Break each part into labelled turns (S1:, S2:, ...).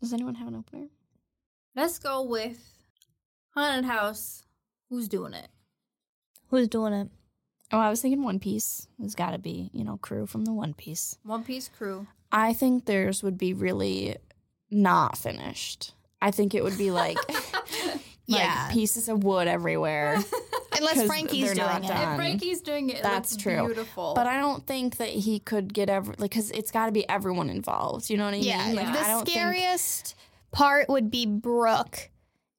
S1: Does anyone have an opener?
S2: Let's go with Haunted House. Who's doing it?
S3: Who's doing it?
S1: Oh, I was thinking One Piece. It's got to be, you know, crew from the One Piece.
S2: One Piece crew.
S1: I think theirs would be really not finished. I think it would be like, like
S3: Yeah.
S1: pieces of wood everywhere.
S3: Unless
S1: 'Cause
S3: Frankie's
S1: they're not
S3: doing it.
S1: done.
S2: If Frankie's doing
S1: That's
S2: it, that's looks
S1: true.
S2: Beautiful.
S1: But I don't think that he could get every like because it's got to be everyone involved. You know what I
S3: Yeah.
S1: mean? Like, I
S3: The
S1: don't think-
S3: scariest part would be Brooke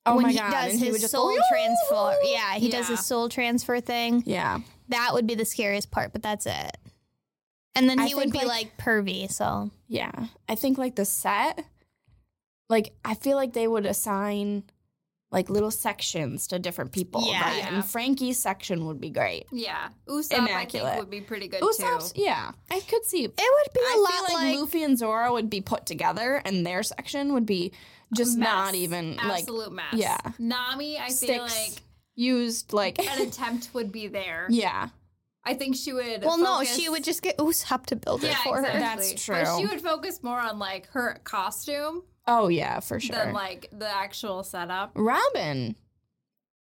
S1: oh
S3: when
S1: my
S3: he
S1: god!
S3: does
S1: and
S3: his
S1: he would just go,
S3: soul transfer. Yeah, he does
S2: Yeah.
S3: his soul transfer thing.
S1: Yeah,
S3: That would be the scariest part, but that's it. And then
S1: I
S3: he would
S1: think,
S3: be
S1: like-
S3: like, pervy, so
S1: yeah. I think like the set, like I feel like they would assign like little sections to different people.
S3: Yeah.
S1: right?
S2: Yeah.
S1: and Frankie's section would be great.
S2: yeah, Usopp I
S1: Immaculate.
S2: think would be pretty good
S1: Usopp's,
S2: too.
S1: yeah, I could see.
S3: it would be a
S1: I
S3: lot
S1: feel like,
S3: like,
S1: Luffy and Zoro would be put together, and their section would be just
S2: Mess.
S1: not even like
S2: absolute mess.
S1: yeah.
S2: Nami, I feel
S1: Sticks.
S2: like
S1: used like
S2: an attempt would be there.
S1: yeah.
S2: I think she would.
S3: Well, no,
S2: focus-
S3: she would just get Usopp to build it
S2: Yeah,
S3: for
S2: exactly.
S3: her.
S1: That's
S2: But she
S1: true.
S2: would focus more on like her costume
S1: Oh yeah, for sure.
S2: than like the actual setup.
S1: Robin,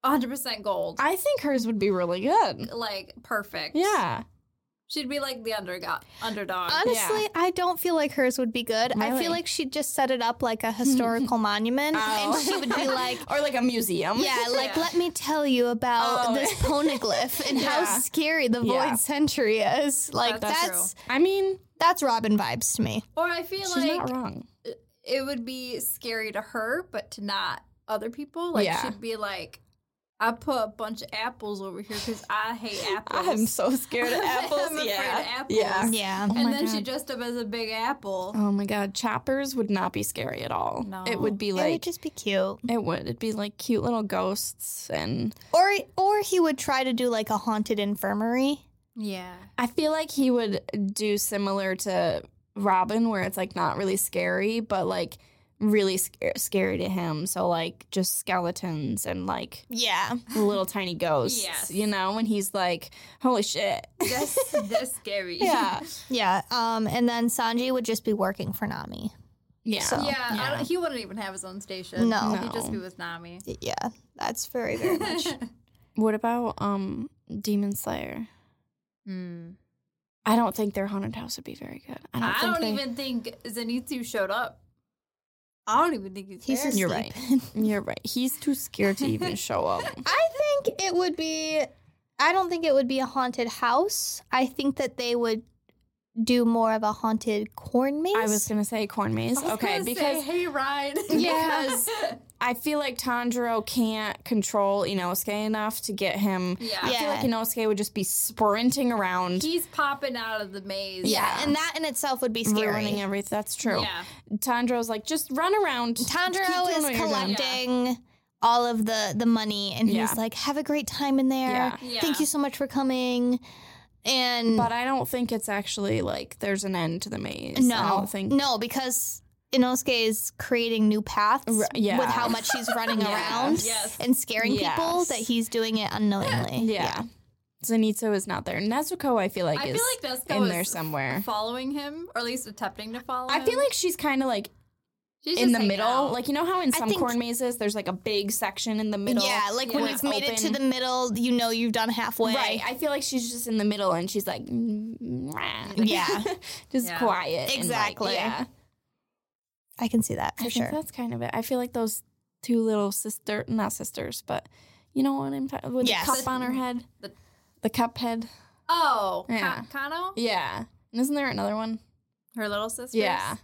S2: 100% gold.
S1: I think hers would be really good.
S2: like perfect.
S1: Yeah,
S2: She'd be like the undergo- underdog.
S3: Honestly, I don't feel like hers would be good. I
S1: Really?
S3: feel like she'd just set it up like a historical monument,
S1: Oh.
S3: and she would be like,
S1: or like a museum.
S3: Yeah, like
S2: Yeah.
S3: let me tell you about
S1: Oh.
S3: this poneglyph and how
S1: Yeah.
S3: scary the
S1: Yeah.
S3: void century is. Like
S2: That's
S3: that's
S2: true.
S3: that's,
S1: I mean,
S3: Robin vibes to me.
S2: or I feel
S1: she's
S2: like
S1: not wrong.
S2: it would be scary to her, but to not other people. Like
S1: Yeah.
S2: she'd be like, I put a bunch of apples over here because I hate apples.
S1: I'm so scared of apples.
S2: I'm afraid
S1: yeah,
S2: of apples.
S1: yeah.
S3: Yeah.
S1: Oh my
S2: and then she
S1: God.
S2: dressed up as a big apple.
S1: Oh my god, choppers would not be scary at all.
S2: No.
S1: It would be
S3: it would
S1: like
S3: just be cute.
S1: it would. It'd be like cute little ghosts, and
S3: Or or he would try to do like a haunted infirmary.
S2: Yeah.
S1: I feel like he would do similar to Robin, where it's like not really scary, but like really scar- scary to him. So like just skeletons and like
S3: Yeah.
S1: little tiny ghosts.
S2: Yes.
S1: You know, and he's like, holy shit.
S2: That's, that's scary.
S1: yeah.
S3: Yeah. Um and then Sanji would just be working for Nami.
S1: Yeah.
S3: So-
S2: Yeah, I
S1: Yeah.
S2: don't- he wouldn't even have his own station.
S3: No.
S2: he'd just
S1: No.
S2: be with Nami.
S3: Yeah. That's very, very much.
S1: What about um Demon Slayer?
S2: Hmm.
S1: I don't think their haunted house would be very good. I don't,
S2: I
S1: think
S2: don't
S1: they-
S2: even think Zenitsu showed up. I don't even think he's,
S3: He's
S2: there.
S3: just
S1: You're right. You're right. He's too scared to even show up.
S3: I think it would be I don't think it would be a haunted house. I think that they would do more of a haunted corn maze.
S1: I was gonna say corn maze.
S2: I was
S1: Okay,
S2: gonna say,
S1: because
S2: hey, Ryan.
S1: Because- I feel like Tanjiro can't control Inosuke enough to get him.
S2: yeah.
S1: I feel like Inosuke would just be sprinting around,
S2: He's popping out of the maze.
S3: Yeah,
S1: Yeah.
S3: and that in itself would be
S1: ruining
S3: scary.
S1: everything. That's true.
S2: Yeah.
S1: Tanjiro's like, just run around. Keep doing
S3: Tanjiro
S1: what you're
S3: is
S1: doing."
S3: collecting all of the the money, and
S1: Yeah.
S3: he's like, "Have a great time in there.
S1: Yeah.
S2: Yeah.
S3: Thank you so much for coming." And
S1: But I don't think it's actually like there's an end to the maze.
S3: no,
S1: I don't think.
S3: no, because Inosuke is creating new paths
S1: R- yeah.
S3: with how much he's running
S1: Yes.
S3: around
S2: Yes.
S3: and scaring people
S1: Yes.
S3: that he's doing it unknowingly.
S1: Yeah. Zenitsu is not there. Nezuko, I feel like,
S2: I
S1: is
S2: feel like Nesco
S1: in
S2: is
S1: there somewhere.
S2: following him, or at least attempting to follow
S1: I
S2: him.
S1: feel like she's kind of like
S2: She's
S1: in
S2: just
S1: the
S2: hanging
S1: middle.
S2: out.
S1: Um, Like, oh, you know how in
S3: I
S1: some
S3: think-
S1: corn mazes, there's like a big section in the middle.
S3: Yeah, like when
S2: Yeah.
S3: you've made it to
S1: Open.
S3: the middle, you know you've done halfway.
S1: Right. I feel like she's just in the middle and she's like,
S3: Yeah.
S1: just
S2: Yeah.
S1: quiet. and, like,
S3: Exactly.
S1: yeah.
S3: I can see that for
S1: I
S3: sure.
S1: think that's kind of it. I feel like those two little sister, not sisters, but you know what I'm talking with
S3: Yes.
S1: the cup on her head,
S2: The-
S1: the cup head.
S2: oh,
S1: Yeah.
S2: Ka- Kano,
S1: Yeah. And isn't there another one?
S2: her little sister.
S1: Yeah.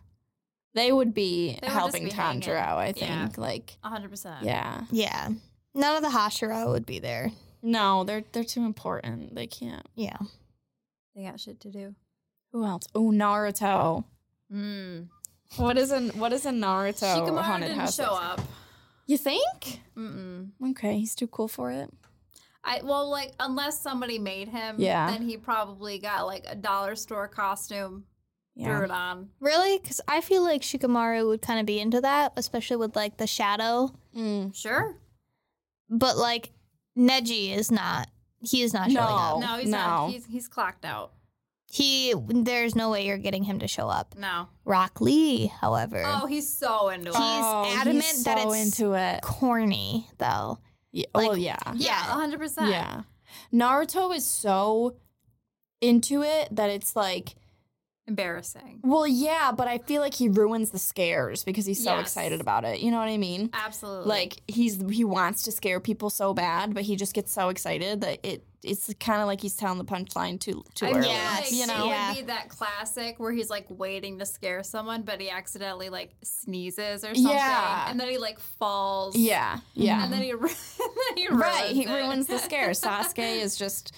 S1: They would be
S2: They would just
S1: helping
S2: be hanging.
S1: Tanjiro, I think.
S2: Yeah.
S1: Like,
S2: hundred percent.
S1: yeah.
S3: yeah, none of the Hashira would be there.
S1: No, they're they're too important. They can't.
S3: Yeah.
S2: they got shit to do.
S1: Who else? Oh, Naruto.
S2: Mm.
S1: What is a what is a Naruto
S2: Shikamaru
S1: haunted
S2: didn't
S1: house?
S2: show up.
S1: You think?
S2: Mm-mm.
S1: Okay, he's too cool for it.
S2: I well, like unless somebody made him,
S1: Yeah.
S2: Then he probably got like a dollar store costume, threw it on.
S3: Really? Because I feel like Shikamaru would kind of be into that, especially with like the shadow.
S1: Mm.
S2: Sure.
S3: But like Neji is not. He is not showing
S1: No.
S3: up.
S2: No, he's
S1: no.
S2: not. He's he's clocked out.
S3: He there's no way you're getting him to show up.
S2: No.
S3: Rock Lee, however,
S2: Oh, he's so into
S3: He's
S2: it.
S3: adamant that
S1: Oh, so
S3: it's-
S1: into it.
S3: corny though.
S1: Yeah,
S3: like-
S1: well, oh, yeah.
S2: Yeah,
S3: yeah.
S2: hundred percent.
S1: Yeah. Naruto is so into it that it's like,
S2: Embarrassing.
S1: well, yeah, but I feel like he ruins the scares because he's so
S2: Yes.
S1: excited about it. You know what I mean?
S2: Absolutely.
S1: Like he's he wants to scare people so bad, but he just gets so excited that it it's kind of like he's telling the punchline too too
S2: I
S1: early.
S2: feel
S3: Yes,
S2: like
S1: you know,
S2: it
S3: yeah.
S2: would be that classic where he's like waiting to scare someone, but he accidentally like sneezes or something,
S1: Yeah.
S2: and then he like falls.
S1: yeah, yeah.
S2: and then he, ru- and then he
S1: right, he
S2: it.
S1: ruins the scare. Sasuke is just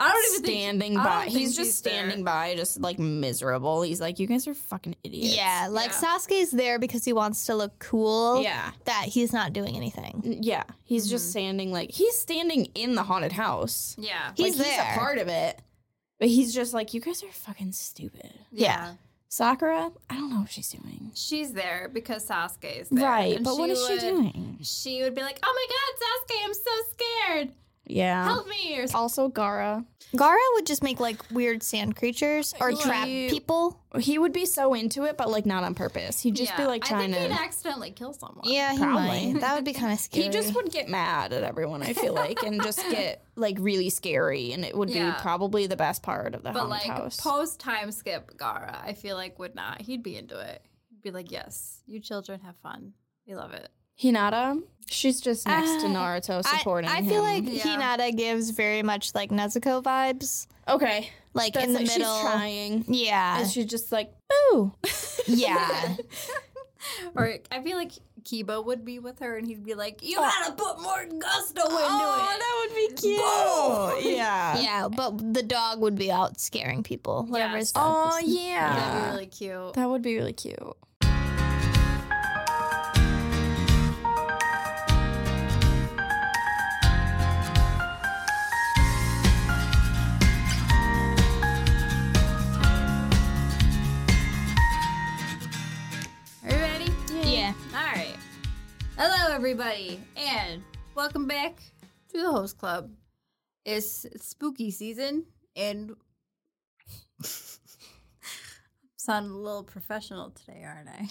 S2: I don't even think
S1: standing
S2: I don't
S1: by.
S2: think
S1: He's just
S2: he's there.
S1: standing by, just like miserable. He's like, "You guys are fucking idiots."
S3: Yeah, like
S2: yeah.
S3: Sasuke's there because he wants to look cool.
S1: yeah.
S3: That he's not doing anything.
S1: N- Yeah, he's just
S2: Mhm.
S1: standing like he's standing in the haunted house.
S2: Yeah.
S3: He's
S1: Like,
S3: there.
S1: He's a part of it, but he's just like, "You guys are fucking stupid."
S3: Yeah.
S1: Sakura, I don't know what she's doing.
S2: She's there because Sasuke is there.
S1: Right,
S2: and
S1: but what is
S2: would-
S1: she doing?
S2: She would be like, "Oh my god, Sasuke, I'm so scared.
S1: Yeah.
S2: Help me!" Or something.
S1: Also, Gara,
S3: Gara would just make like weird sand creatures or
S1: Yeah.
S3: trap
S1: He-
S3: people.
S1: he would be so into it, but like not on purpose. He'd just be like trying
S2: I think
S1: to.
S2: he'd accidentally kill someone.
S3: Yeah, he
S1: Probably.
S3: might. That would be kind of scary.
S1: He just would get mad at everyone, I feel like, and just get like really scary, and it would
S2: Yeah.
S1: be probably the best part of the
S2: But
S1: haunted
S2: like
S1: house.
S2: post time skip Gara, I feel like would not. He'd be into it. He'd be like, "Yes, you children have fun. We love it."
S1: Hinata, she's just next to
S3: Uh,
S1: Naruto
S3: I-
S1: supporting.
S3: I, feel
S1: him.
S3: like
S2: Yeah.
S3: Hinata gives very much like Nezuko vibes,
S1: okay,
S3: like
S1: That's
S3: in the
S1: like
S3: middle.
S1: she's trying.
S3: Yeah,
S1: and she's just like, ooh,
S3: yeah.
S2: Or I feel like Kiba would be with her, and he'd be like,
S1: Oh.
S2: "You gotta put more gusto into it."
S1: would be
S2: cute.
S1: Yeah.
S3: Yeah, but the dog would be out scaring people. Whatever
S2: Yes.
S3: his dog
S1: Oh
S3: is.
S1: yeah.
S2: That'd be really cute.
S1: That would be really cute.
S2: Are you ready?
S3: Yeah.
S2: All right. Hello, everybody, and welcome back to the Host Club. It's spooky season, and sound a little professional today, aren't I?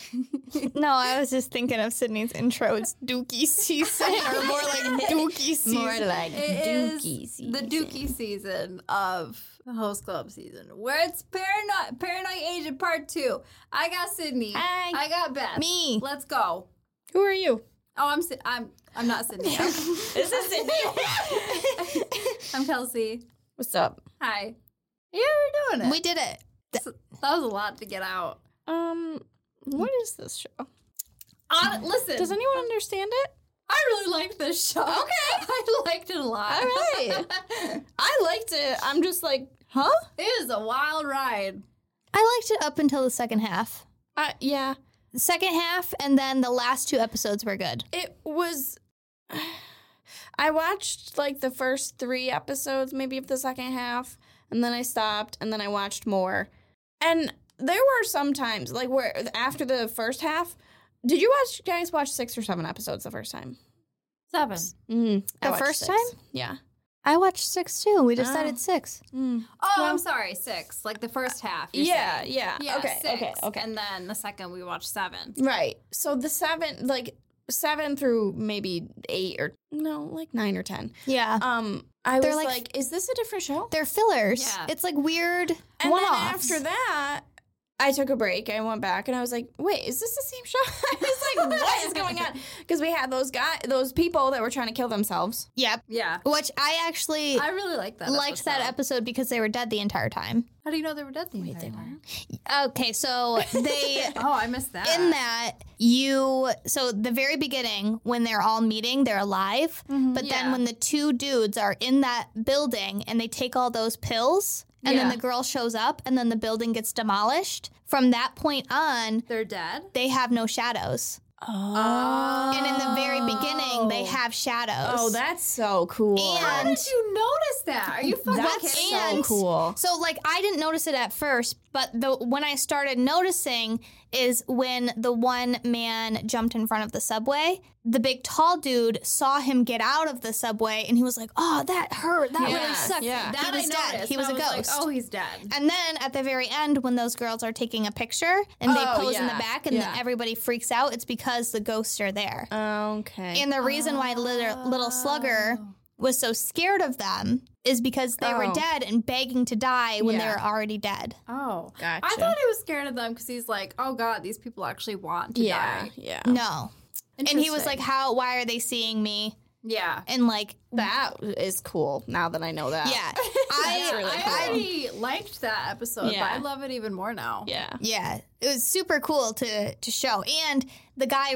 S3: No, I was just thinking of Sydney's intro. It's Dookie season, or more like Dookie season.
S1: like
S2: It is the Dookie season of the Host Club season, where it's Paranoid Paranoid Agent Part Two. I got Sydney.
S1: Hi.
S2: I got Beth.
S3: Me.
S2: Let's go.
S1: Who are you?
S2: Oh, I'm Sy- I'm I'm not Sydney. I'm-
S1: This is Sydney.
S2: I'm Kelsey.
S1: What's up?
S2: Hi. Yeah, we're doing it.
S3: We did it.
S2: that was a lot to get out.
S1: Um, what is this show?
S2: On, listen,
S1: Does anyone understand it?
S2: I really liked this show. Okay, I liked it a lot.
S1: All right. I liked it. I'm just like, huh?
S2: it was a wild ride.
S3: I liked it up until the second half.
S1: Uh, yeah.
S3: The second half, and then the last two episodes were good.
S1: It was. I watched like the first three episodes, maybe of the second half, and then I stopped, and then I watched more. And there were some times, like where after the first half, did you watch? you guys watch six or seven episodes the first time?
S2: Seven.
S1: Mm,
S3: The first time?
S1: Yeah.
S3: I watched six too. We just
S1: Oh.
S3: started six.
S2: Oh,
S1: Well-
S2: I'm sorry, six. Like the first half. you're
S1: yeah,
S2: saying.
S1: yeah.
S2: Yeah.
S1: Okay.
S2: six,
S1: Okay. Okay.
S2: And then the second we watched seven.
S1: Right. So the seven, like seven through maybe eight or no, like nine or ten.
S3: Yeah.
S1: Um, I
S3: They're
S1: was
S3: like-
S1: like, is this a different show?
S3: They're fillers.
S2: Yeah.
S3: It's like weird
S1: And
S3: one
S1: then
S3: offs.
S1: after that, I took a break. I went back and I was like, wait, is this the same show? I was like, what is going on? Because we had those guy, those people that were trying to kill themselves.
S3: Yep.
S2: Yeah.
S3: Which I actually
S2: I really liked that.
S3: liked that
S2: episode.
S3: episode because they were dead the entire time.
S2: How do you know they were dead? the
S1: Wait, they
S2: entire
S1: were?
S2: time?
S3: Okay, so they
S2: Oh, I missed that.
S3: in that you so the very beginning when they're all meeting, they're alive. But
S2: Mm-hmm. Yeah.
S3: then when the two dudes are in that building and they take all those pills and
S2: Yeah.
S3: then the girl shows up and then the building gets demolished, from that point on,
S2: they're dead.
S3: they have no shadows.
S1: Oh.
S3: And in the very beginning, they have shadows.
S1: Oh, that's so cool.
S2: How
S3: And-
S2: did you notice that? Are you fucking
S1: that's
S2: kidding?
S1: so
S2: me?
S3: And-
S1: cool.
S3: So like I didn't notice it at first, but the when I started noticing is when the one man jumped in front of the subway. The big tall dude saw him get out of the subway and he was like, "Oh, that hurt. That really
S2: Yeah,
S3: sucked."
S1: yeah.
S2: That
S3: he was
S2: I
S3: dead.
S2: noticed.
S3: He was
S2: I
S3: a
S2: was like,
S3: ghost.
S2: oh, he's dead.
S3: And then at the very end, when those girls are taking a picture and they
S1: Oh,
S3: pose in the
S1: yeah,
S3: back and
S1: yeah.
S3: then everybody freaks out, it's because the ghosts are there.
S1: Okay.
S3: And the reason why little, little Slugger was so scared of them is because they
S1: Oh.
S3: were dead and begging to die when
S1: Yeah.
S3: they were already dead.
S2: Oh.
S1: gotcha.
S2: I thought he was scared of them because he's like, oh god, these people actually want to
S1: yeah,
S2: die.
S1: yeah.
S3: No. And he was
S2: Interesting.
S3: like, "How? Why are they seeing me?"
S2: yeah.
S3: And like,
S1: That is cool. Now that I know that.
S3: yeah,
S1: That's
S3: I,
S1: really
S3: I-
S2: I already liked that episode,
S1: Yeah.
S2: but I love it even more now.
S1: Yeah.
S3: yeah, it was super cool to to show. And the guy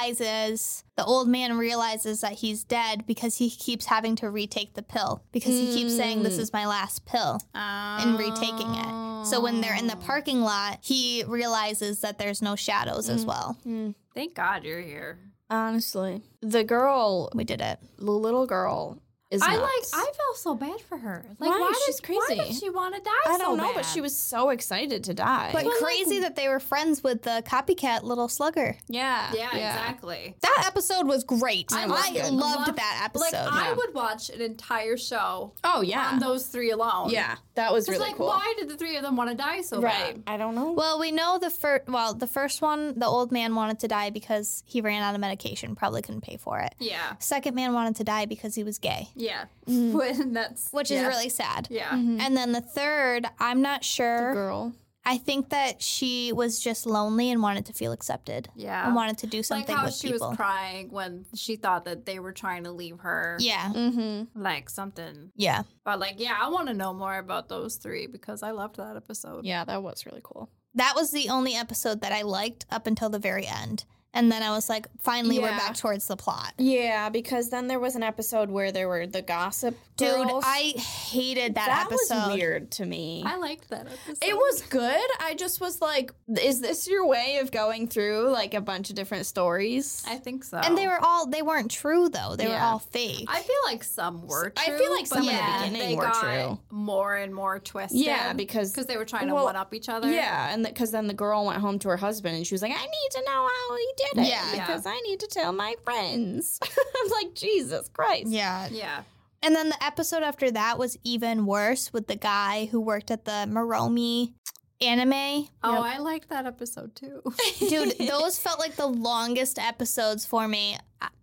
S3: realizes, the old man realizes that he's dead because he keeps having to retake the pill because he keeps saying, "This
S1: Mm.
S3: is my last pill."
S2: And
S3: retaking it. So when they're in
S1: Oh.
S3: the parking lot, he realizes that there's no shadows as
S1: Mm.
S3: well.
S2: Thank God you're here.
S1: Honestly, the girl,
S3: We did it.
S1: the little girl, is.
S2: I like.
S1: nuts.
S2: I felt so bad for her. Like,
S1: Why?
S2: why,
S1: She's
S2: did, why
S1: crazy.
S2: did she want to die?
S1: I
S2: so
S1: don't know, but
S2: bad?
S1: she was so excited to die.
S3: But crazy that they were friends with the copycat little slugger.
S1: yeah,
S2: Yeah, exactly.
S3: That episode was great.
S1: I
S3: I,
S1: loved it.
S3: loved
S2: Loved-
S3: that
S2: Like
S3: episode.
S2: I would watch an entire show
S1: Oh yeah,
S2: on those three alone.
S1: yeah. That was
S2: Just
S1: really
S2: like,
S1: cool.
S2: why did the three of them want to die so
S1: right.
S2: bad?
S1: I don't know.
S3: Well, we know the first. Well, the first one, the old man wanted to die because he ran out of medication, probably couldn't pay for it.
S2: Yeah,
S3: Second man wanted to die because he was gay,
S2: yeah.
S1: Mm.
S2: When that's
S3: which
S2: yeah.
S3: is really sad.
S2: yeah.
S1: Mhm.
S3: And then the third, I'm not
S1: The
S3: sure.
S1: girl.
S3: I think that she was just lonely and wanted to feel accepted
S2: Yeah.
S1: Oh
S3: and wanted to do
S2: like
S3: something
S2: how
S3: with
S2: she
S3: people.
S2: was crying when she thought that they were trying to leave her.
S3: yeah,
S1: Mm-hmm.
S2: Like something.
S3: yeah.
S2: But like, yeah, I want to know more about those three because I loved that episode.
S1: Yeah, that was really cool.
S3: That was the only episode that I liked up until the very end, and then I was like, finally, we're
S1: Yeah.
S3: back towards the plot.
S1: Yeah, because then there was an episode where there were the gossip
S3: Dude,
S1: girls.
S3: I hated that,
S1: that
S3: episode.
S1: was weird to me.
S2: I liked that episode.
S1: It was good. I just was like, is this your way of going through like a bunch of different stories?
S2: I think so.
S3: And they were all they weren't true though. They were
S1: Yeah.
S3: all fake.
S2: I feel like some were
S1: I
S2: true.
S1: feel like some
S2: but
S3: in the
S2: then
S1: beginning
S2: they
S1: were
S2: got
S1: true.
S2: More and more twisted.
S1: yeah, because
S2: because they were trying to
S1: Well,
S2: one up each other.
S1: yeah, and because then the girl went home to her husband and she was like, I need to know how he did it
S3: Yeah.
S2: Yeah.
S1: because I need to tell my friends. I'm like, Jesus Christ.
S3: yeah.
S2: Yeah.
S3: And then the episode after that was even worse with the guy who worked at the Maromi anime.
S2: Oh,
S1: Yep.
S2: I liked that episode too.
S3: Dude, those felt like the longest episodes for me.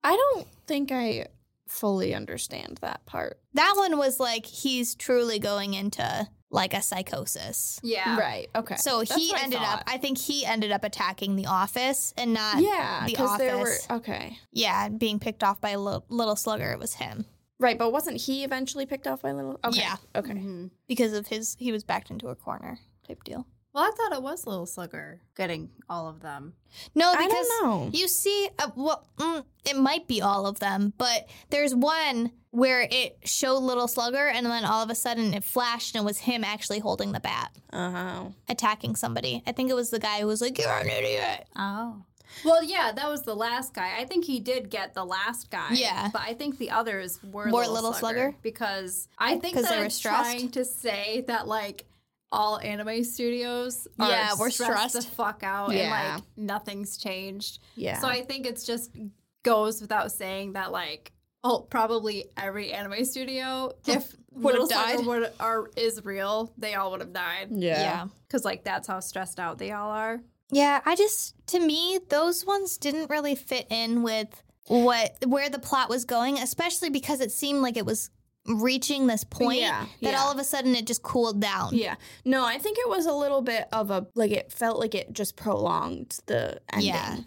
S1: I don't think I fully understand that part.
S3: That one was like he's truly going into like a psychosis.
S2: yeah.
S1: Right. Okay.
S3: So
S1: That's
S3: he
S1: what I
S3: ended up
S1: thought.
S3: I think he ended up attacking the office and not yeah,
S1: yeah,
S3: The
S1: because there were
S3: Office.
S1: okay,
S3: being picked off by Lo- little slugger it was him
S1: right, but wasn't he eventually picked off by little? Okay,
S3: Yeah.
S1: okay,
S2: Mhm.
S3: because of his he was backed into a corner type deal.
S2: Well, I thought it was Little Slugger getting all of them.
S3: No,
S1: I
S3: because
S1: don't know.
S3: You see, uh, well, mm, it might be all of them, but there's one where it showed Little Slugger, and then all of a sudden it flashed, and it was him actually holding the bat,
S1: Uh huh.
S3: attacking somebody. I think it was the guy who was like, "You're an idiot."
S2: Oh. Well, yeah, that was the last guy. I think he did get the last guy.
S3: Yeah.
S2: But I think the others were,
S3: Were
S2: Little,
S3: Little
S2: Slugger,
S3: Slugger?
S2: because I think
S3: 'Cause
S2: that
S3: they were
S2: it's
S3: stressed?
S2: trying to say that like all anime studios are
S3: Yeah, we're
S2: stressed, the
S3: stressed.
S2: fuck out
S1: Yeah.
S2: and like nothing's changed.
S1: Yeah.
S2: So I think it's just goes without saying that like oh probably every anime studio if
S3: Would have
S2: Little Slugger
S3: died.
S2: would, are is real they all would have died because like that's how stressed out they all are.
S3: yeah. I just, to me, those ones didn't really fit in with what where the plot was going, especially because it seemed like it was reaching this point
S1: Yeah,
S3: that
S1: yeah.
S3: all of a sudden it just cooled down.
S1: Yeah. No, I think it was a little bit of a like it felt like it just prolonged the ending.
S3: Yeah.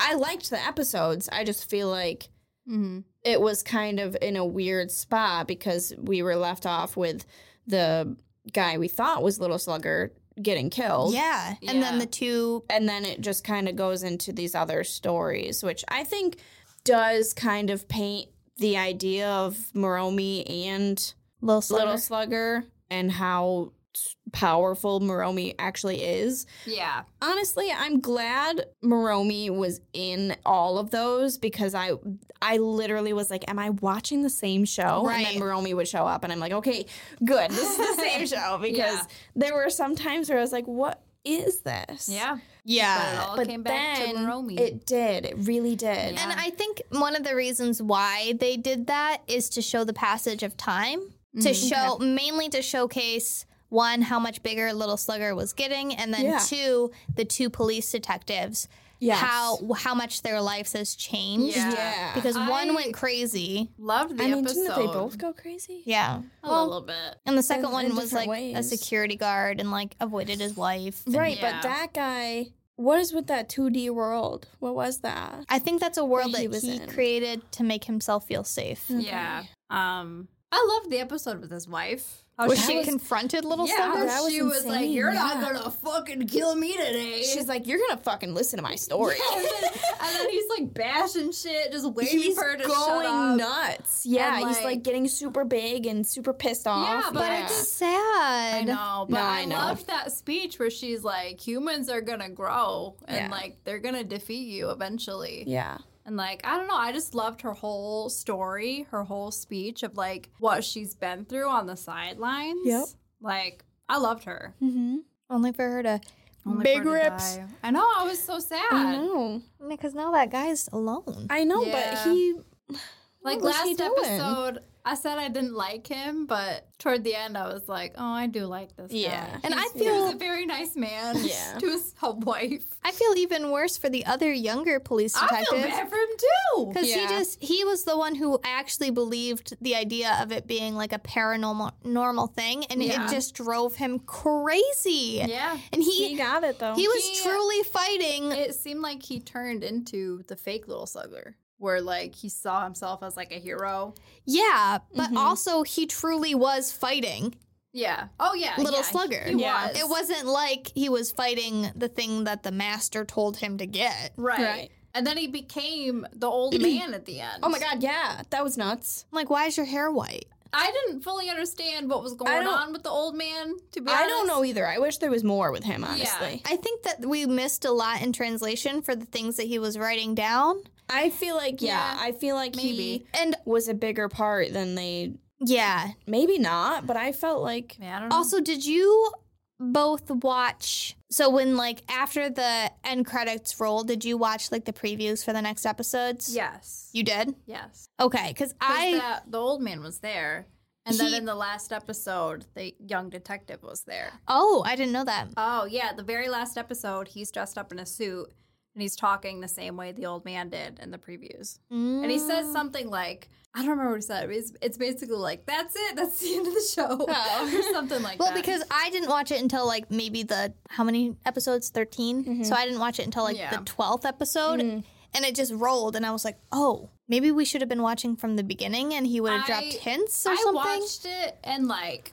S1: I liked the episodes. I just feel like
S2: Mm-hmm.
S1: it was kind of in a weird spot because we were left off with the guy we thought was Little Slugger getting killed.
S3: Yeah. And then
S2: Yeah.
S3: the two
S1: And then it just kind of goes into these other stories, which I think does kind of paint the idea of Moromi and
S3: little
S1: Little Slugger and how powerful Moromi actually is.
S2: Yeah.
S1: Honestly, I'm glad Moromi was in all of those because I I literally was like, Am I watching the same show? And
S3: Right.
S1: then Moromi would show up and I'm like, Okay, good. This is the same show because
S2: Yeah.
S1: there were some times where I was like, What is this?
S2: Yeah. But it
S3: Yeah.
S2: all came back to Moromi.
S1: It did. It really did.
S3: And I think one of the reasons why they did that is to show the passage of time,
S1: Mm-hmm.
S3: to
S2: Mm-hmm.
S3: show mainly to showcase one how much bigger Little Slugger was getting, and then
S1: Yeah.
S3: two the two police detectives
S1: Yes.
S3: how how much their lives has changed
S2: Yeah.
S1: Yeah.
S3: because one
S2: I-
S3: went crazy.
S2: Loved the
S1: I mean,
S2: episode.
S1: didn't they both go crazy?
S3: Yeah.
S2: a little bit.
S3: And the second
S1: in
S3: one was like
S1: different
S3: a
S1: ways.
S3: security guard and like avoided his wife. and-
S1: Right,
S2: Yeah.
S1: but that guy. What is with that 2D world? What was that?
S3: I think that's a world
S1: he
S3: that
S1: was
S3: he
S1: in. Mm.
S3: created to make himself feel safe.
S2: Yeah. Um, I loved the episode with his wife. How
S3: Was
S1: that
S3: she
S1: was-
S3: confronted little
S2: yeah,
S3: Slugger?
S1: that
S2: how
S1: was
S2: she was like,
S1: insane,
S2: "You're not
S1: yeah.
S2: gonna fucking kill me today."
S1: She's like, you're gonna fucking listen to my story.
S2: and, then, and then he's like bashing shit, just waiting
S1: He's
S2: for her to shut up.
S1: going nuts. Yeah,
S2: And,
S1: he's
S2: like-
S1: like getting super big and super pissed off.
S2: but I
S3: It's
S2: just-
S3: sad.
S2: I know, but
S1: No,
S2: I,
S1: I know.
S2: loved that speech where she's like, "Humans are gonna grow, and
S1: Yeah.
S2: like they're gonna defeat you eventually."
S1: yeah,
S2: And like, I don't know, I just loved her whole story, her whole speech of like what she's been through on the sidelines.
S1: Yep.
S2: Like, I loved her.
S1: mm-hmm.
S3: Only for her to
S2: Only
S3: big
S2: for her to
S3: rips.
S2: die. I know, I was so
S1: I
S2: sad.
S1: know,
S3: Because now that guy's alone.
S1: I know,
S2: Yeah.
S1: but he
S2: Like
S1: What was
S2: last
S1: he doing?
S2: episode, I said I didn't like him, but toward the end, I was like, oh, I do like this
S1: Yeah.
S2: guy.
S3: And I
S2: He was
S3: feel
S2: a very nice man
S1: Yeah.
S2: to his wife.
S3: I feel even worse for the other younger police
S2: I feel
S3: detective.
S2: bad for him too.
S3: Because he
S1: Yeah.
S3: just he was the one who actually believed the idea of it being like a paranormal normal thing and
S2: Yeah.
S3: it just drove him crazy.
S2: Yeah.
S3: And
S1: he,
S3: he
S1: got it though.
S3: he was
S2: He- uh,
S3: truly fighting
S2: It seemed like he turned into the fake little slugger, where like he saw himself as like a hero.
S3: Yeah, but
S2: Mm-hmm.
S1: Mhm.
S3: also he truly was fighting
S2: Yeah. Oh yeah.
S3: Little
S2: yeah,
S3: Slugger.
S2: He, he
S1: Yeah.
S2: was.
S3: It wasn't like he was fighting the thing that the master told him to get.
S2: right.
S1: Right.
S2: And then he became the old man at the end.
S1: oh my god, yeah, that was nuts.
S3: Like, why is your hair white?
S2: I didn't fully understand what was going
S1: don't-
S2: on with the old man. To be honest,
S1: I don't know either. I wish there was more with him. Honestly,
S3: I think that we missed a lot in translation for the things that he was writing down.
S1: I feel like yeah,
S2: Yeah,
S1: I feel like
S2: maybe.
S1: he
S3: And
S1: was a bigger part than they.
S3: yeah.
S1: Maybe not, but I felt like
S2: Yeah, I don't know.
S3: Also, did you both watch? So, when like after the end credits roll, did you watch like the previews for the next episodes?
S2: yes,
S3: You did?
S2: yes. 'Cause
S3: Okay. Cause I.
S2: that- the old man was there, and then
S3: He-
S2: in the last episode, the young detective was there.
S3: oh, I didn't know that.
S2: Oh yeah, the very last episode, he's dressed up in a suit and he's talking the same way the old man did in the previews. And he says
S3: Mm.
S2: something like, I don't remember what he said. It's, it's basically like, that's it. That's the end of the show.
S1: Oh.
S2: or something like
S3: Well,
S2: that.
S3: because I didn't watch it until like maybe the how many episodes? 13
S1: Mhm.
S3: So I didn't watch it until like
S2: Mm-hmm. Yeah. Mm-hmm.
S3: the twelfth episode, and it just rolled, and I was like, oh, maybe we should have been watching from the beginning, and he would have dropped
S2: I-
S3: hints or
S2: I
S3: something.
S2: watched it and like,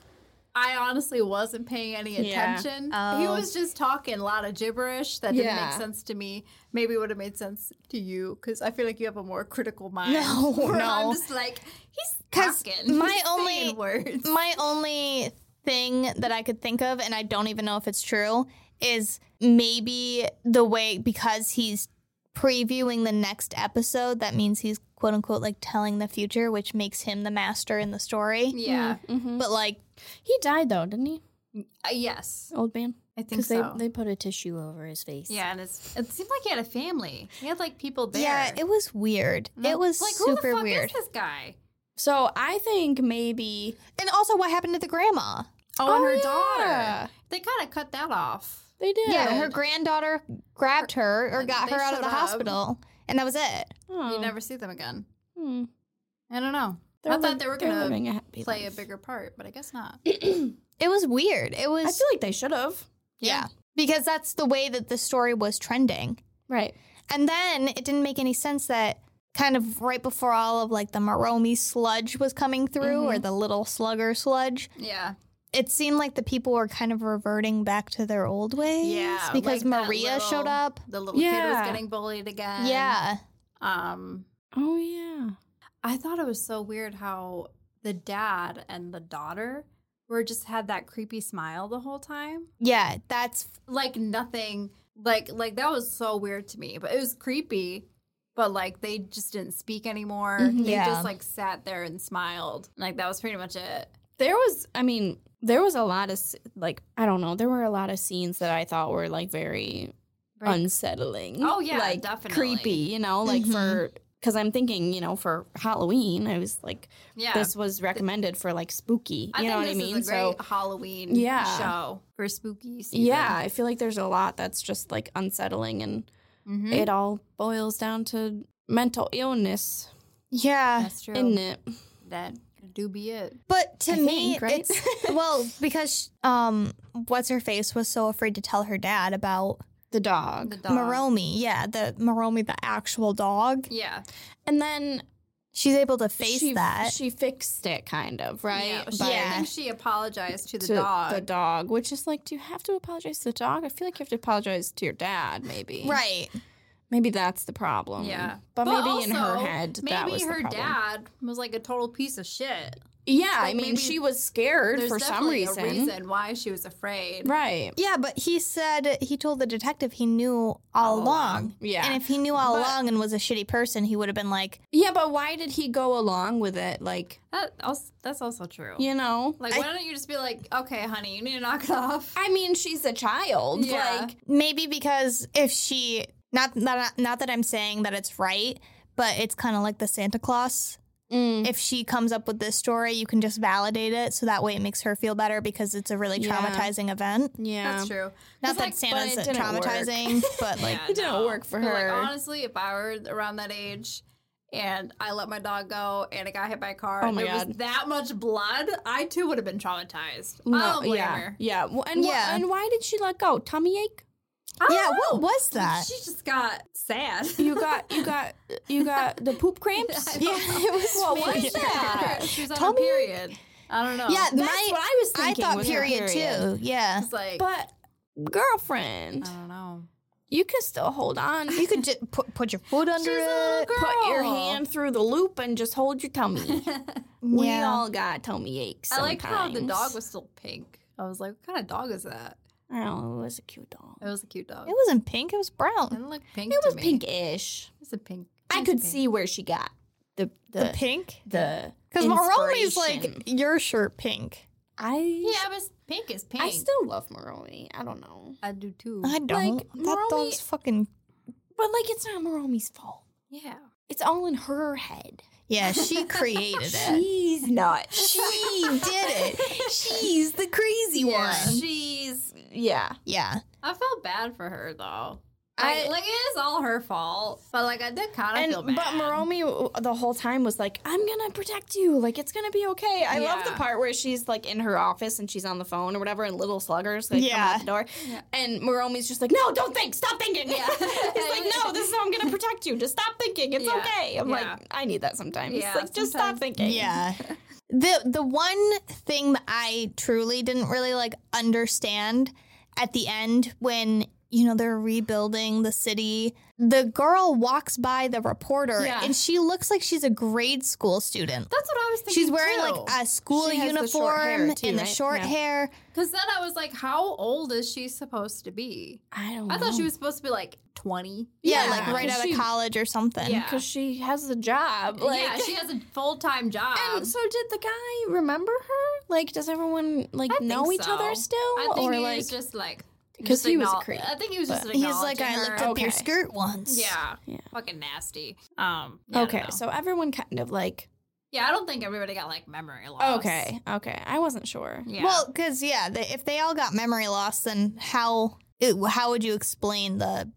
S2: I honestly wasn't paying any
S1: Yeah.
S2: attention.
S3: Oh.
S2: He was just talking a lot of gibberish that didn't
S1: Yeah.
S2: make sense to me. Maybe would have made sense to you because I feel like you have a more critical mind.
S3: No,
S2: where I'm
S3: no.
S2: just like, he's
S3: 'Cause
S2: talking.
S3: my
S2: He's
S3: only-
S2: saying words.
S3: My only thing that I could think of, and I don't even know if it's true, is maybe the way because he's previewing the next episode, that means he's quote unquote like telling the future, which makes him the master in the story.
S2: Yeah.
S1: Mhm.
S3: But like,
S1: He died though, didn't he,
S2: Uh, yes.
S1: old man?
S2: I think
S1: Because
S2: so.
S1: they, they put a tissue over his face.
S2: yeah, and it's, it seemed like he had a family. He had like people there.
S3: yeah, it was weird.
S2: And I
S3: It was
S2: like, who
S3: super
S2: the fuck
S3: weird.
S2: Is this guy?
S1: So I think maybe.
S3: And also, what happened to the grandma?
S2: Oh, and her daughter.
S1: yeah.
S2: They kind of cut that off.
S1: They did.
S3: Yeah, her granddaughter grabbed her or
S2: And
S3: got
S2: they
S3: her out of
S2: showed
S3: the
S2: up.
S3: hospital, and that was it.
S1: Oh.
S2: You never see them again.
S1: Hmm.
S2: I don't know.
S1: They're
S2: I thought
S1: li-
S2: they were
S1: they're
S2: gonna
S1: living a happy
S2: Play a
S1: life.
S2: bigger part, but I guess not.
S3: It was weird. It was
S1: I feel like they should have.
S3: yeah, because that's the way that the story was trending.
S1: Right.
S3: And then it didn't make any sense that kind of right before all of like the Maromi sludge was coming through or
S2: Mm-hmm.
S3: the little slugger sludge,
S2: Yeah.
S3: it seemed like the people were kind of reverting back to their old ways.
S2: Yeah,
S3: because
S2: like that
S3: Maria
S2: little-
S3: showed up.
S2: The little kid was
S1: Yeah.
S2: getting bullied again.
S3: yeah.
S2: Um,
S1: Oh yeah.
S2: I thought it was so weird how the dad and the daughter where it just had that creepy smile the whole time.
S3: Yeah, that's
S2: Like nothing. Like like that was so weird to me. But it was creepy. But like they just didn't speak anymore.
S3: Mhm.
S2: They
S3: Yeah.
S2: just like sat there and smiled. Like that was pretty much it.
S1: There was, I mean, there was a lot of s- like I don't know. There were a lot of scenes that I thought were like very
S2: Right.
S1: unsettling.
S2: Oh, yeah,
S1: like
S2: definitely.
S1: creepy. You know, like
S3: Mhm.
S1: for because I'm thinking, you know, for Halloween, I was like,
S2: Yeah.
S1: this was recommended for like spooky.
S2: I
S1: You
S2: think
S1: know what I
S2: this
S1: mean?
S2: is a great Halloween
S1: Yeah.
S2: show for spooky season.
S1: yeah, I feel like there's a lot that's just like unsettling, and
S2: Mhm.
S1: it all boils down to mental illness,
S3: yeah.
S2: That's true.
S1: isn't it?
S2: that do be it.
S3: But to
S1: I
S3: me,
S1: think, right?
S3: it's well because um, what's her face was so afraid to tell her dad about
S1: The dog.
S2: The dog.
S3: Maromi. Yeah, the Maromi, the actual dog.
S2: Yeah.
S1: and then
S3: She's able to face
S1: she,
S3: that.
S1: she fixed it kind of right
S2: Yeah. She,
S1: By-
S2: I
S3: Yeah.
S2: think she apologized to the
S1: to
S2: dog.
S1: the dog, which is like, do you have to apologize to the dog? I feel like you have to apologize to your dad, maybe.
S3: right.
S1: Maybe that's the problem.
S2: Yeah.
S1: But, maybe in her
S2: also,
S1: head,
S2: Maybe
S1: that was
S2: her
S1: the problem.
S2: dad was like a total piece of shit.
S1: Yeah, I
S2: like,
S1: mean,
S2: maybe
S1: she was scared
S2: There's
S1: for some
S2: definitely
S1: reason.
S2: a reason why she was afraid.
S1: Right.
S3: Yeah, but he said he told the detective he knew all along.
S1: Yeah.
S3: And if he knew all
S1: But-
S3: along and was a shitty person, he would have been like,
S1: yeah, but why did he go along with it? Like,
S2: That also, that's also true.
S1: you know?
S2: Like, why don't you just be like, okay, honey, you need to knock it off.
S1: I mean, she's a child.
S2: Yeah.
S1: Like,
S3: maybe because if she not not not that I'm saying that it's right, but it's kind of like the Santa Claus.
S1: mm,
S3: If she comes up with this story, you can just validate it, so that way it makes her feel better because it's a really
S1: Yeah.
S3: traumatizing event.
S1: yeah.
S2: That's true. 'Cause,
S3: Not that
S2: like,
S3: Santa's
S1: but it didn't work.
S3: traumatizing, but like
S2: yeah,
S1: it didn't
S2: no.
S1: work for
S2: But,
S1: her.
S2: Like, honestly, if I were around that age and I let my dog go and it got hit by a car
S1: Oh
S2: and
S1: my
S2: there
S1: God.
S2: was that much blood, I too would have been traumatized. I
S1: No,
S2: don't blame
S1: yeah.
S2: her.
S1: Yeah. Well, and, wh-
S3: Yeah.
S1: and why did she let go? Tummy ache?
S2: I don't
S3: yeah, what
S2: know.
S3: was that?
S2: She just got sad.
S1: You got, you got, you got the poop
S2: I
S1: cramps?
S2: don't know.
S3: it was
S1: Well, what
S3: weird.
S1: is that?
S2: She was on
S3: Tell
S2: a
S3: me-
S2: period. I don't know.
S3: Yeah,
S1: That's
S3: my,
S1: what I was
S3: I
S1: thinking.
S3: thought
S1: was her
S3: period, too. Yeah,
S2: it's like
S1: But girlfriend,
S2: I don't know.
S1: you can still hold on.
S3: you could just put put your foot under
S2: She's a little
S3: it.
S2: girl.
S1: Put your hand through the loop and just hold your tummy. We all got tummy aches.
S2: I like how the
S1: sometimes.
S2: dog was still pink. I was like, what kind of dog is that?
S1: I don't know, it was a cute dog.
S2: It was a cute dog.
S3: It wasn't pink. It was
S2: It
S3: brown.
S2: didn't look pink.
S1: It
S2: to
S1: was
S2: me.
S1: pinkish.
S2: It was a pink.
S1: I
S2: it was
S1: could
S2: pink.
S1: see where she got the
S3: The
S1: the
S3: pink.
S1: the
S3: Because Maromi's
S1: inspiration.
S3: like your shirt pink.
S1: I
S2: Yeah, it was pink is pink.
S1: I still love Maromi. I don't know,
S2: I do too.
S3: I don't.
S1: Like,
S3: that
S1: Maromi-
S3: dog's fucking.
S1: but like it's not Maromi's fault.
S2: yeah.
S1: It's all in her head.
S3: Yeah, she created it.
S1: She's nuts.
S3: She did it. She's the crazy one.
S2: She's.
S1: yeah.
S3: Yeah.
S2: I felt bad for her though. I,
S1: I-
S2: like it is all her fault, but like I did kind
S1: And
S2: of feel bad.
S1: but Maromi w- the whole time was like, "I'm gonna protect you. Like it's gonna be okay." I love the
S2: Yeah.
S1: part where she's like in her office and she's on the phone or whatever, and little sluggers like come
S3: Yeah.
S1: out the door,
S2: Yeah.
S1: and Maromi's just like, "No, don't think. Stop thinking."
S2: Yeah.
S1: He's like, "No, this is how I'm gonna protect you. Just stop thinking. It's
S2: Yeah.
S1: okay." I'm
S2: Yeah.
S1: like, "I need that sometimes.
S2: Yeah,
S1: like just stop
S2: sometimes-
S1: thinking."
S3: Yeah. The the one thing that I truly didn't really like understand at the end when you know they're rebuilding the city, the girl walks by the reporter
S1: Yeah.
S3: and she looks like she's a grade school student.
S2: That's what I was thinking.
S3: She's wearing like
S2: too.
S3: a school
S1: She has the short hair,
S3: uniform
S1: too,
S3: and the
S1: right?
S3: short
S1: Yeah.
S3: hair.
S2: Because then I was like, how old is she supposed to be?
S1: I don't.
S2: I thought she
S1: know.
S2: was supposed to be like 20.
S3: Yeah,
S1: Mm-hmm. Yeah,
S3: like right
S1: 'cause
S3: out
S1: she-
S3: of college or something.
S2: Yeah.
S1: because she has a job. Like,
S2: yeah, she has a full time job.
S1: And so did the guy remember her? Like, does everyone like
S2: I think
S1: know each
S2: so.
S1: other still?
S2: I think
S1: or
S2: he
S1: like
S2: was just like.
S1: 'Cause
S2: just
S1: he was a
S2: acknowl-
S1: creep,
S2: I think he was just
S1: but-
S2: acknowledging
S3: He's like, I looked
S2: her.
S3: up your
S1: Okay.
S3: skirt once.
S2: Yeah.
S1: Yeah.
S2: Fucking nasty. Um. yeah, I
S1: okay,
S2: don't know.
S1: so everyone kind of like
S2: yeah, I don't think everybody got like memory loss.
S1: Okay, okay. I wasn't sure.
S2: Yeah.
S3: Well, because yeah, they, if they all got memory loss, then how it, how would you explain the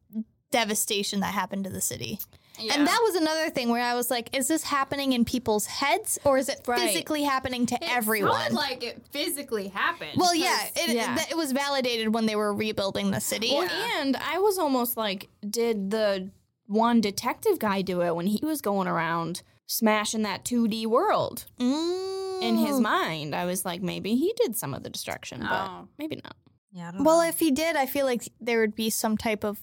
S3: devastation that happened to the city?
S2: yeah.
S3: And that was another thing where I was like, is this happening in people's heads or is it
S1: Right.
S3: physically happening to
S2: It
S3: everyone?
S2: sounded like it physically happened.
S3: well, yeah,
S2: 'cause-
S3: it,
S1: yeah.
S3: that- it was validated when they were rebuilding the city.
S2: Well, Yeah.
S1: Well, and I was almost like, did the one detective guy do it when he was going around smashing that 2D world
S2: e-,
S3: Mm.
S1: in his mind? I was like, maybe he did some of the destruction, but
S2: Hmm. Oh.
S1: maybe not.
S2: Yeah. I don't
S3: Well,
S2: know.
S3: if he did, I feel like there would be some type of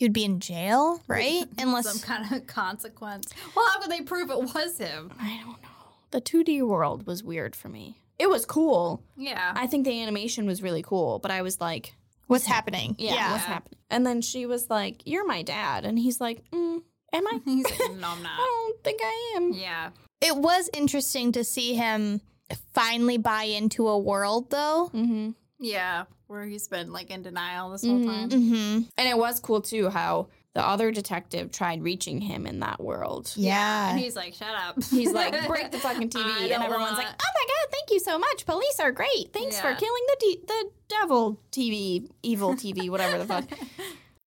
S3: you'd be in jail, right?
S2: some
S3: Unless
S2: kind of consequence. Well, how could they prove it was him?
S1: I don't know. The 2D world was weird for me. it was cool.
S2: Yeah.
S1: I think the animation was really cool, but I was like,
S3: What's happening?
S1: yeah, what's
S2: Yeah.
S1: happening? And then she was like, "You're my dad," and he's like, mm, "Am I?
S2: He's like, no, I'm
S1: I
S2: not.
S1: don't think I am."
S2: Yeah.
S3: It was interesting to see him finally buy into a world, though.
S1: Mm-hmm.
S2: Yeah. Where he's been like in denial this
S1: Mhm.
S2: whole time.
S3: Mm-hmm.
S1: And it was cool too how the other detective tried reaching him in that world.
S2: And
S3: Yeah.
S2: he's like, shut up.
S1: He's like, break the fucking
S2: I
S1: TV, and
S2: don't
S1: everyone's
S2: want-
S1: like, "Oh my god, thank you so much! Police are great. Thanks for
S2: Yeah.
S1: killing the de- the devil TV, evil TV, whatever the fuck."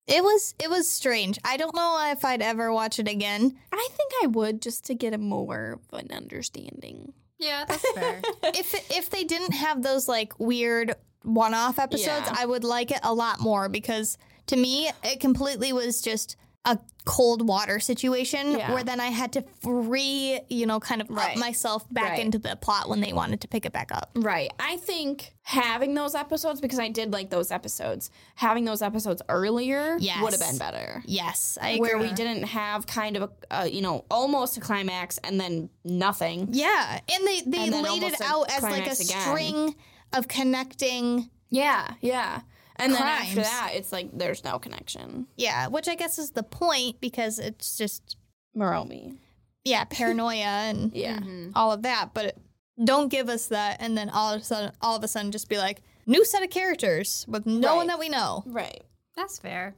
S3: It was it was strange. I don't know if I'd ever watch it again.
S1: I think I would just to get a more of an understanding.
S2: yeah, that's fair.
S3: if if they didn't have those like weird one-off episodes,
S1: Yeah.
S3: I would like it a lot more because to me it completely was just a cold water situation
S1: Yeah.
S3: where then I had to free, you know, kind of
S1: Right.
S3: up myself back
S1: Right.
S3: into the plot when they wanted to pick it back up.
S1: Right. I think having those episodes because I did like those episodes. Having those episodes earlier
S3: Yes.
S1: would have been better.
S3: Yes, I agree.
S1: Where we didn't have kind of a, a you know almost a climax and then nothing.
S3: Yeah, and they they
S1: And then
S3: laid it
S1: almost a
S3: out as like a
S1: climax again.
S3: string of connecting.
S1: Yeah, yeah. And then after
S3: Crimes.
S1: that, it's like there's no connection.
S3: Yeah, which I guess is the point because it's just
S1: Moromi.
S3: yeah paranoia and
S1: Yeah.
S2: Mhm.
S3: all of that, but don't give us that and then all of a sudden all of a sudden just be like new set of characters with no one
S1: Right.
S3: that we know.
S1: Right.
S2: That's fair.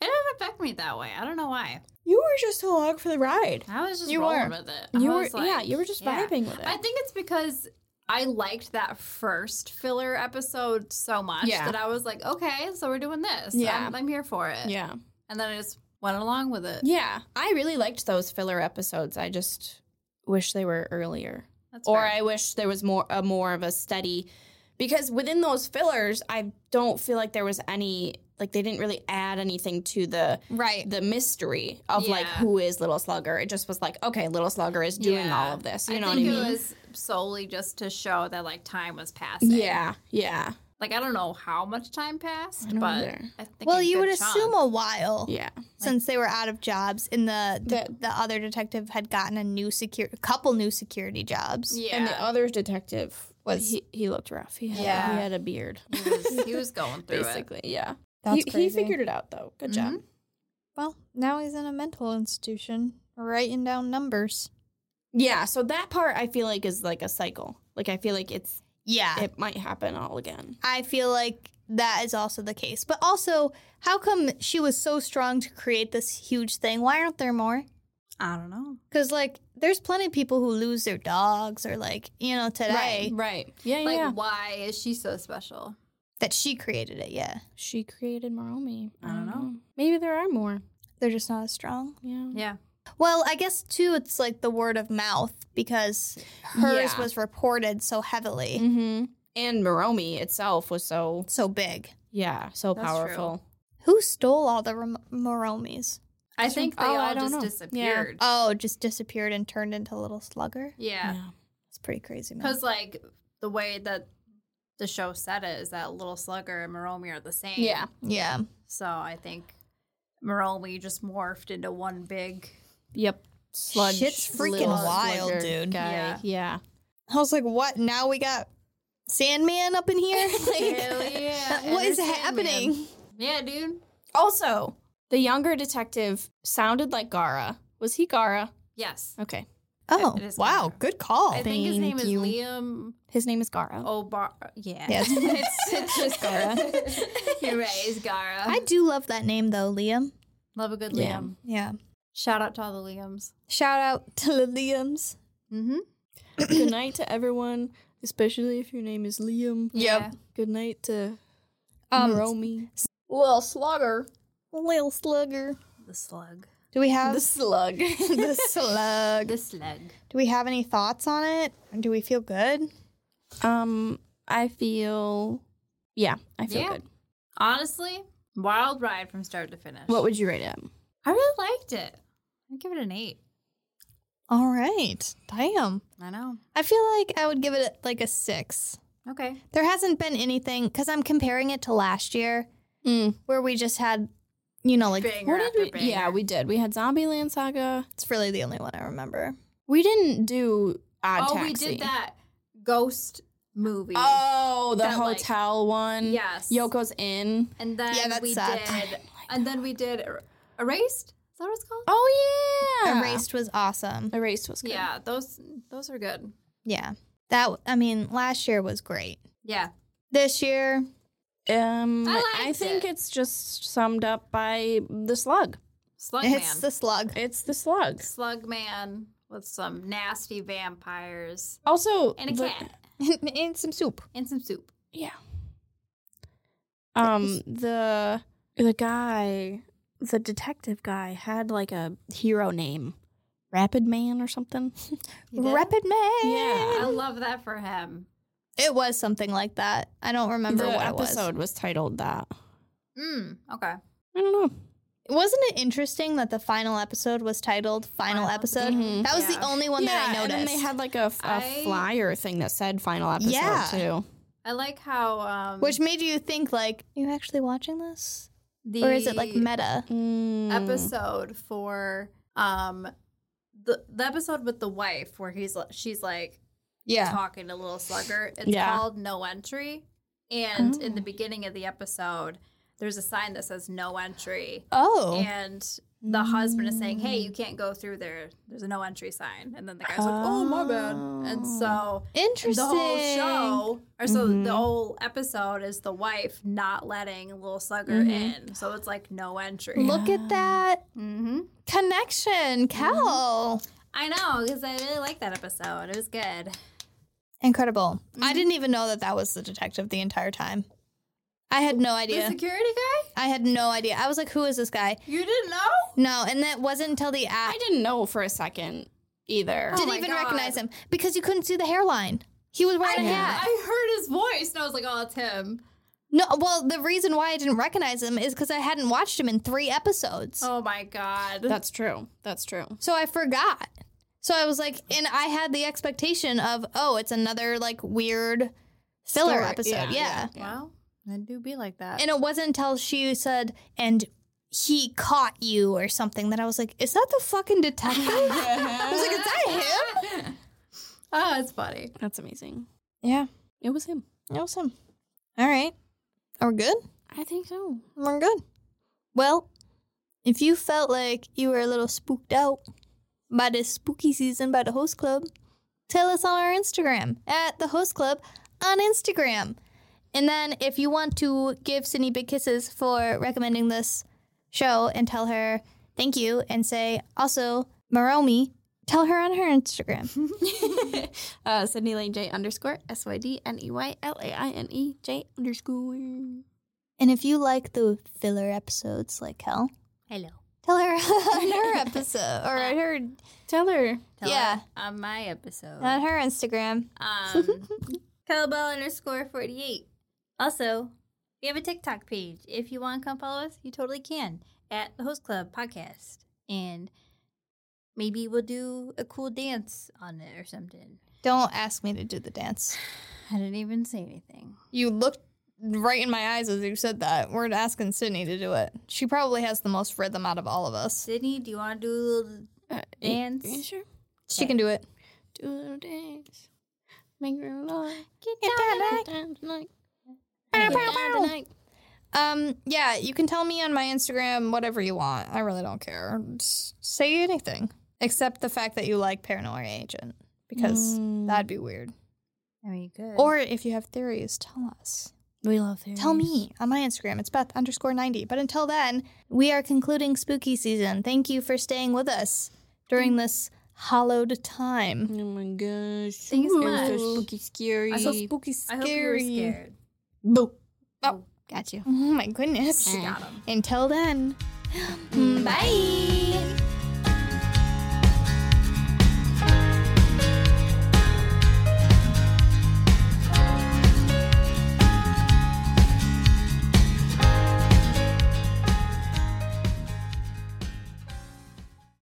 S2: It didn't affect me that way. I don't know why.
S1: You were just along for the ride.
S2: I was just
S3: You
S2: rolling
S3: were.
S2: with it. I
S1: You were
S2: was like-
S1: yeah. You were just
S2: yeah.
S1: vibing with it.
S2: I think it's because I liked that first filler episode so much
S1: Yeah.
S2: that I was like, okay, so we're doing this.
S1: Yeah.
S2: I'm, I'm here for it.
S1: yeah.
S2: And then I just went along with it.
S1: Yeah. I really liked those filler episodes. I just wish they were earlier.
S2: That's
S1: or
S2: fair.
S1: I wish there was more a more of a steady because within those fillers, I don't feel like there was any like they didn't really add anything to the
S3: Right.
S1: the mystery of like
S2: Yeah.
S1: who is Little Slugger. It just was like, okay, Little Slugger is doing
S2: Yeah.
S1: all of this. You
S2: I
S1: know what I
S2: think
S1: mean?
S2: it was solely just to show that like time was passing.
S1: yeah, yeah.
S2: Like I don't know how much time passed,
S1: I don't
S2: but
S1: either.
S2: I think
S3: Well,
S2: a
S3: you
S2: good
S3: would
S2: chunk.
S3: assume a while
S1: Yeah.
S3: since they were out of jobs and the the,
S1: The-
S3: the other detective had gotten a new secure a couple new security jobs.
S2: Yeah.
S1: And the other detective
S3: Was-
S1: was he, he looked rough. He had,
S2: Yeah.
S1: he had a beard.
S2: he, was, he was going through it.
S1: Basically, yeah.
S3: That's
S1: he, he
S3: crazy.
S1: figured it out though. Good job.
S3: Well, now he's in a mental institution writing down numbers.
S1: Yeah, so that part I feel like is like a cycle. Like I feel like it's
S3: Yeah.
S1: it might happen all again.
S3: I feel like that is also the case. But also, how come she was so strong to create this huge thing? Why aren't there more?
S2: I don't know.
S3: Because, like, there's plenty of people who lose their dogs or, like, you know, today
S1: right. Yeah,
S2: Like,
S1: yeah.
S2: why is she so special?
S3: that she created it. Yeah.
S1: She created Maromi.
S2: I don't know.
S1: Maybe there are more.
S3: They're just not as strong.
S1: Yeah.
S2: Yeah.
S3: Well, I guess, too, it's like the word of mouth because hers
S1: Yeah.
S3: was reported so heavily,
S1: Mm-hmm. And Maromi itself was so
S3: so big.
S1: yeah, so
S2: That's
S1: powerful.
S3: Who stole all the Rom- Moromis?
S2: I think they
S1: Oh,
S2: all
S1: I don't
S2: just
S1: know. Yeah.
S2: disappeared. Yeah.
S3: Oh, just disappeared and turned into a little slugger? It's pretty crazy, man.
S2: Because like the way that the show said it is that Little Slugger and Maromi are the same.
S1: Yeah.
S3: Yeah.
S2: So I think Maromi just morphed into one big.
S1: Yep. Sludge.
S3: Shit's freaking
S1: little
S3: wild,
S1: slugger
S3: dude.
S1: Guy.
S2: Yeah.
S1: Yeah.
S3: I was like, what? Now we got Sandman up in here? like,
S2: yeah,
S3: what is
S2: and it's
S3: happening?
S2: Sandman. Yeah, dude.
S1: Also, the younger detective sounded like Gara. Was he Gara?
S2: Yes.
S1: Okay.
S3: Oh,
S2: It is
S3: wow.
S2: kinda-
S3: Good call.
S2: I think his name
S1: Thank
S2: is
S1: you.
S2: Liam
S1: His name is Gara.
S2: Obar. Yeah.
S3: Yes.
S2: it's, it's just
S1: Gara.
S2: You're right. It's Gara.
S3: I do love that name, though, Liam.
S2: love a good Liam.
S1: Yeah.
S3: Yeah.
S2: Shout out to all the Liams.
S3: Shout out to the Liams.
S2: Mm-hmm.
S1: Good night to everyone, especially if your name is Liam.
S2: Yeah.
S1: Good night to
S3: Um,
S1: Romy. Little slugger.
S3: Lil Slugger.
S2: The slug.
S3: Do we
S1: Um,
S3: have
S1: slug.
S3: the slug?
S2: The slug.
S3: Do we have any thoughts on it? Do we feel good?
S1: um, I feel. Yeah, I feel
S2: Yeah.
S1: good.
S2: Honestly, wild ride from start to finish.
S1: What would you rate it?
S2: I really liked it. I give it an eight.
S3: All right. Damn.
S2: I know.
S3: I feel like I would give it like a six.
S2: Okay.
S3: There hasn't been anything because I'm comparing it to last year
S1: Mm.
S3: where we just had, you know, like
S2: Banger
S1: What did
S2: after
S1: we?
S2: banger.
S1: Yeah, we did. We had Zombieland Saga.
S3: It's really the only one I remember.
S1: We didn't do Odd
S2: Oh,
S1: Taxi.
S2: we did that ghost movie.
S1: Oh, the
S2: That, like-
S1: hotel one.
S2: Yes.
S1: Yoko's in.
S2: And then
S3: Yeah, that's
S2: we
S3: sad.
S2: did. And then we did Er- Erased. Is that what it's called?
S1: Oh yeah.
S3: Erased was awesome.
S1: Erased was good.
S2: Yeah, those those are good.
S3: Yeah. That I mean, last year was great.
S2: Yeah.
S3: This year,
S1: Um,
S2: I
S1: I,
S2: liked
S1: think
S2: it.
S1: it's just summed up by the slug. Oh,
S2: Slug
S3: it's
S2: Man.
S3: the slug.
S1: It's the slug.
S2: Slug Man with some nasty vampires
S1: Also,
S2: and a
S1: the-
S2: cat
S3: and some soup.
S2: and some soup.
S1: Yeah. Um the the guy, the detective guy had like a hero name. Rapid Man or something.
S3: Rapid man.
S2: I
S1: Yeah.
S2: love that for him.
S3: It was something like that. I don't remember
S1: the
S3: what it
S1: episode was. titled that.
S2: Mm, okay.
S1: I don't know.
S3: was. Wasn't it interesting that the final episode was titled "Final
S2: Final
S3: Episode"?
S1: episode.
S3: That was
S2: Mm-hmm. Yeah.
S3: the only one that I
S1: Mm-hmm. and
S3: noticed.
S1: then they had like a, f- a
S2: I-
S1: flyer thing that said final episode
S3: Yeah.
S1: too.
S2: I like how um
S3: which made you think like, "Are you actually watching this,
S2: the
S3: or is it like meta?"
S1: Mm.
S2: episode for um the, the episode with the wife where he's li- she's like talking to little slugger it's
S1: Yeah.
S2: called no entry and in the
S1: Oh.
S2: beginning of the episode there's a sign that says no entry
S3: Oh,
S2: and the husband is saying hey you can't go through there there's a no entry sign and then the guy's like oh my bad and so
S3: interesting.
S2: the whole show or so
S1: Mhm.
S2: the whole episode is the wife not letting little slugger
S1: Mhm.
S2: in so it's like no entry
S3: Look at that
S2: mm-hmm.
S3: connection, Cal.
S2: I know because I really like that episode. It was good.
S3: Incredible.
S2: Mm-hmm.
S3: I didn't even know that that was the detective the entire time. I had no idea.
S2: The security guy?
S3: I had no idea. I was like, "Who is this guy?"
S2: You didn't know?
S3: No, and that wasn't until the app.
S1: I didn't know for a second either.
S2: Oh
S3: didn't
S2: my
S3: even
S2: God.
S3: recognize him because you couldn't see the hairline. He was wearing a hat.
S2: I heard his voice and I was like, "Oh, it's him."
S3: No, well, the reason why I didn't recognize him is because I hadn't watched him in three episodes.
S2: Oh my god.
S1: That's true. That's true.
S3: So I forgot. So I was like, and I had the expectation of, oh, it's another like weird filler
S1: Story.
S3: episode. Yeah.
S1: Yeah, yeah.
S2: Well, I do be like that.
S3: And it wasn't until she said, and he caught you or something that I was like, is that the fucking detective? I was like, is that him?
S2: oh, it's funny.
S1: That's amazing.
S3: Yeah,
S1: It was him.
S3: that was him. All right. Are we good?
S1: I think so.
S3: We're good. Well, if you felt like you were a little spooked out by this spooky season by the host club, tell us on our Instagram at the host club on Instagram. And then if you want to give Sydney big kisses for recommending this show and tell her thank you and say also Maromi, tell her on her Instagram.
S1: uh, Sydney Lane J underscore S Y D N E Y L A I N E J underscore.
S3: and if you like the filler episodes like hell,
S2: Hello.
S3: tell her on her episode or her
S1: Tell her.
S2: Tell
S3: Yeah.
S2: her On my episode.
S3: on her Instagram.
S2: Um, Calabell underscore 48. Also, we have a TikTok page. If you want to come follow us, you totally can at the Host Club Podcast. And maybe we'll do a cool dance on it or something.
S3: Don't ask me to do the dance.
S2: I didn't even say anything.
S3: You looked right in my eyes as you said that. We're asking Sydney to do it. She probably has the most rhythm out of all of us.
S2: Sydney, do you want to do a little
S1: Uh,
S2: dance?
S1: you sure?
S3: She can do it.
S1: Do a little dance. Make her laugh.
S2: Get
S1: Get down tonight. Get down tonight.
S3: Um, yeah, you can tell me on my Instagram whatever you want. I really don't care. Just say anything except the fact that you like Paranoia Agent because
S1: Mm.
S3: that'd be weird.
S2: I mean, good.
S3: Or if you have theories, tell us.
S1: We love her.
S3: Tell me on my Instagram. It's Beth underscore 90. But until then, we are concluding spooky season. Thank you for staying with us during this hallowed
S1: Oh
S3: time.
S1: my gosh.
S2: Things
S1: Ooh,
S2: much.
S1: so spooky, scary.
S2: I hope-
S3: spooky,
S2: I hope you were scared.
S1: Boo.
S2: Oh.
S1: Got you.
S3: Oh my goodness.
S2: She got him.
S3: Until then, bye.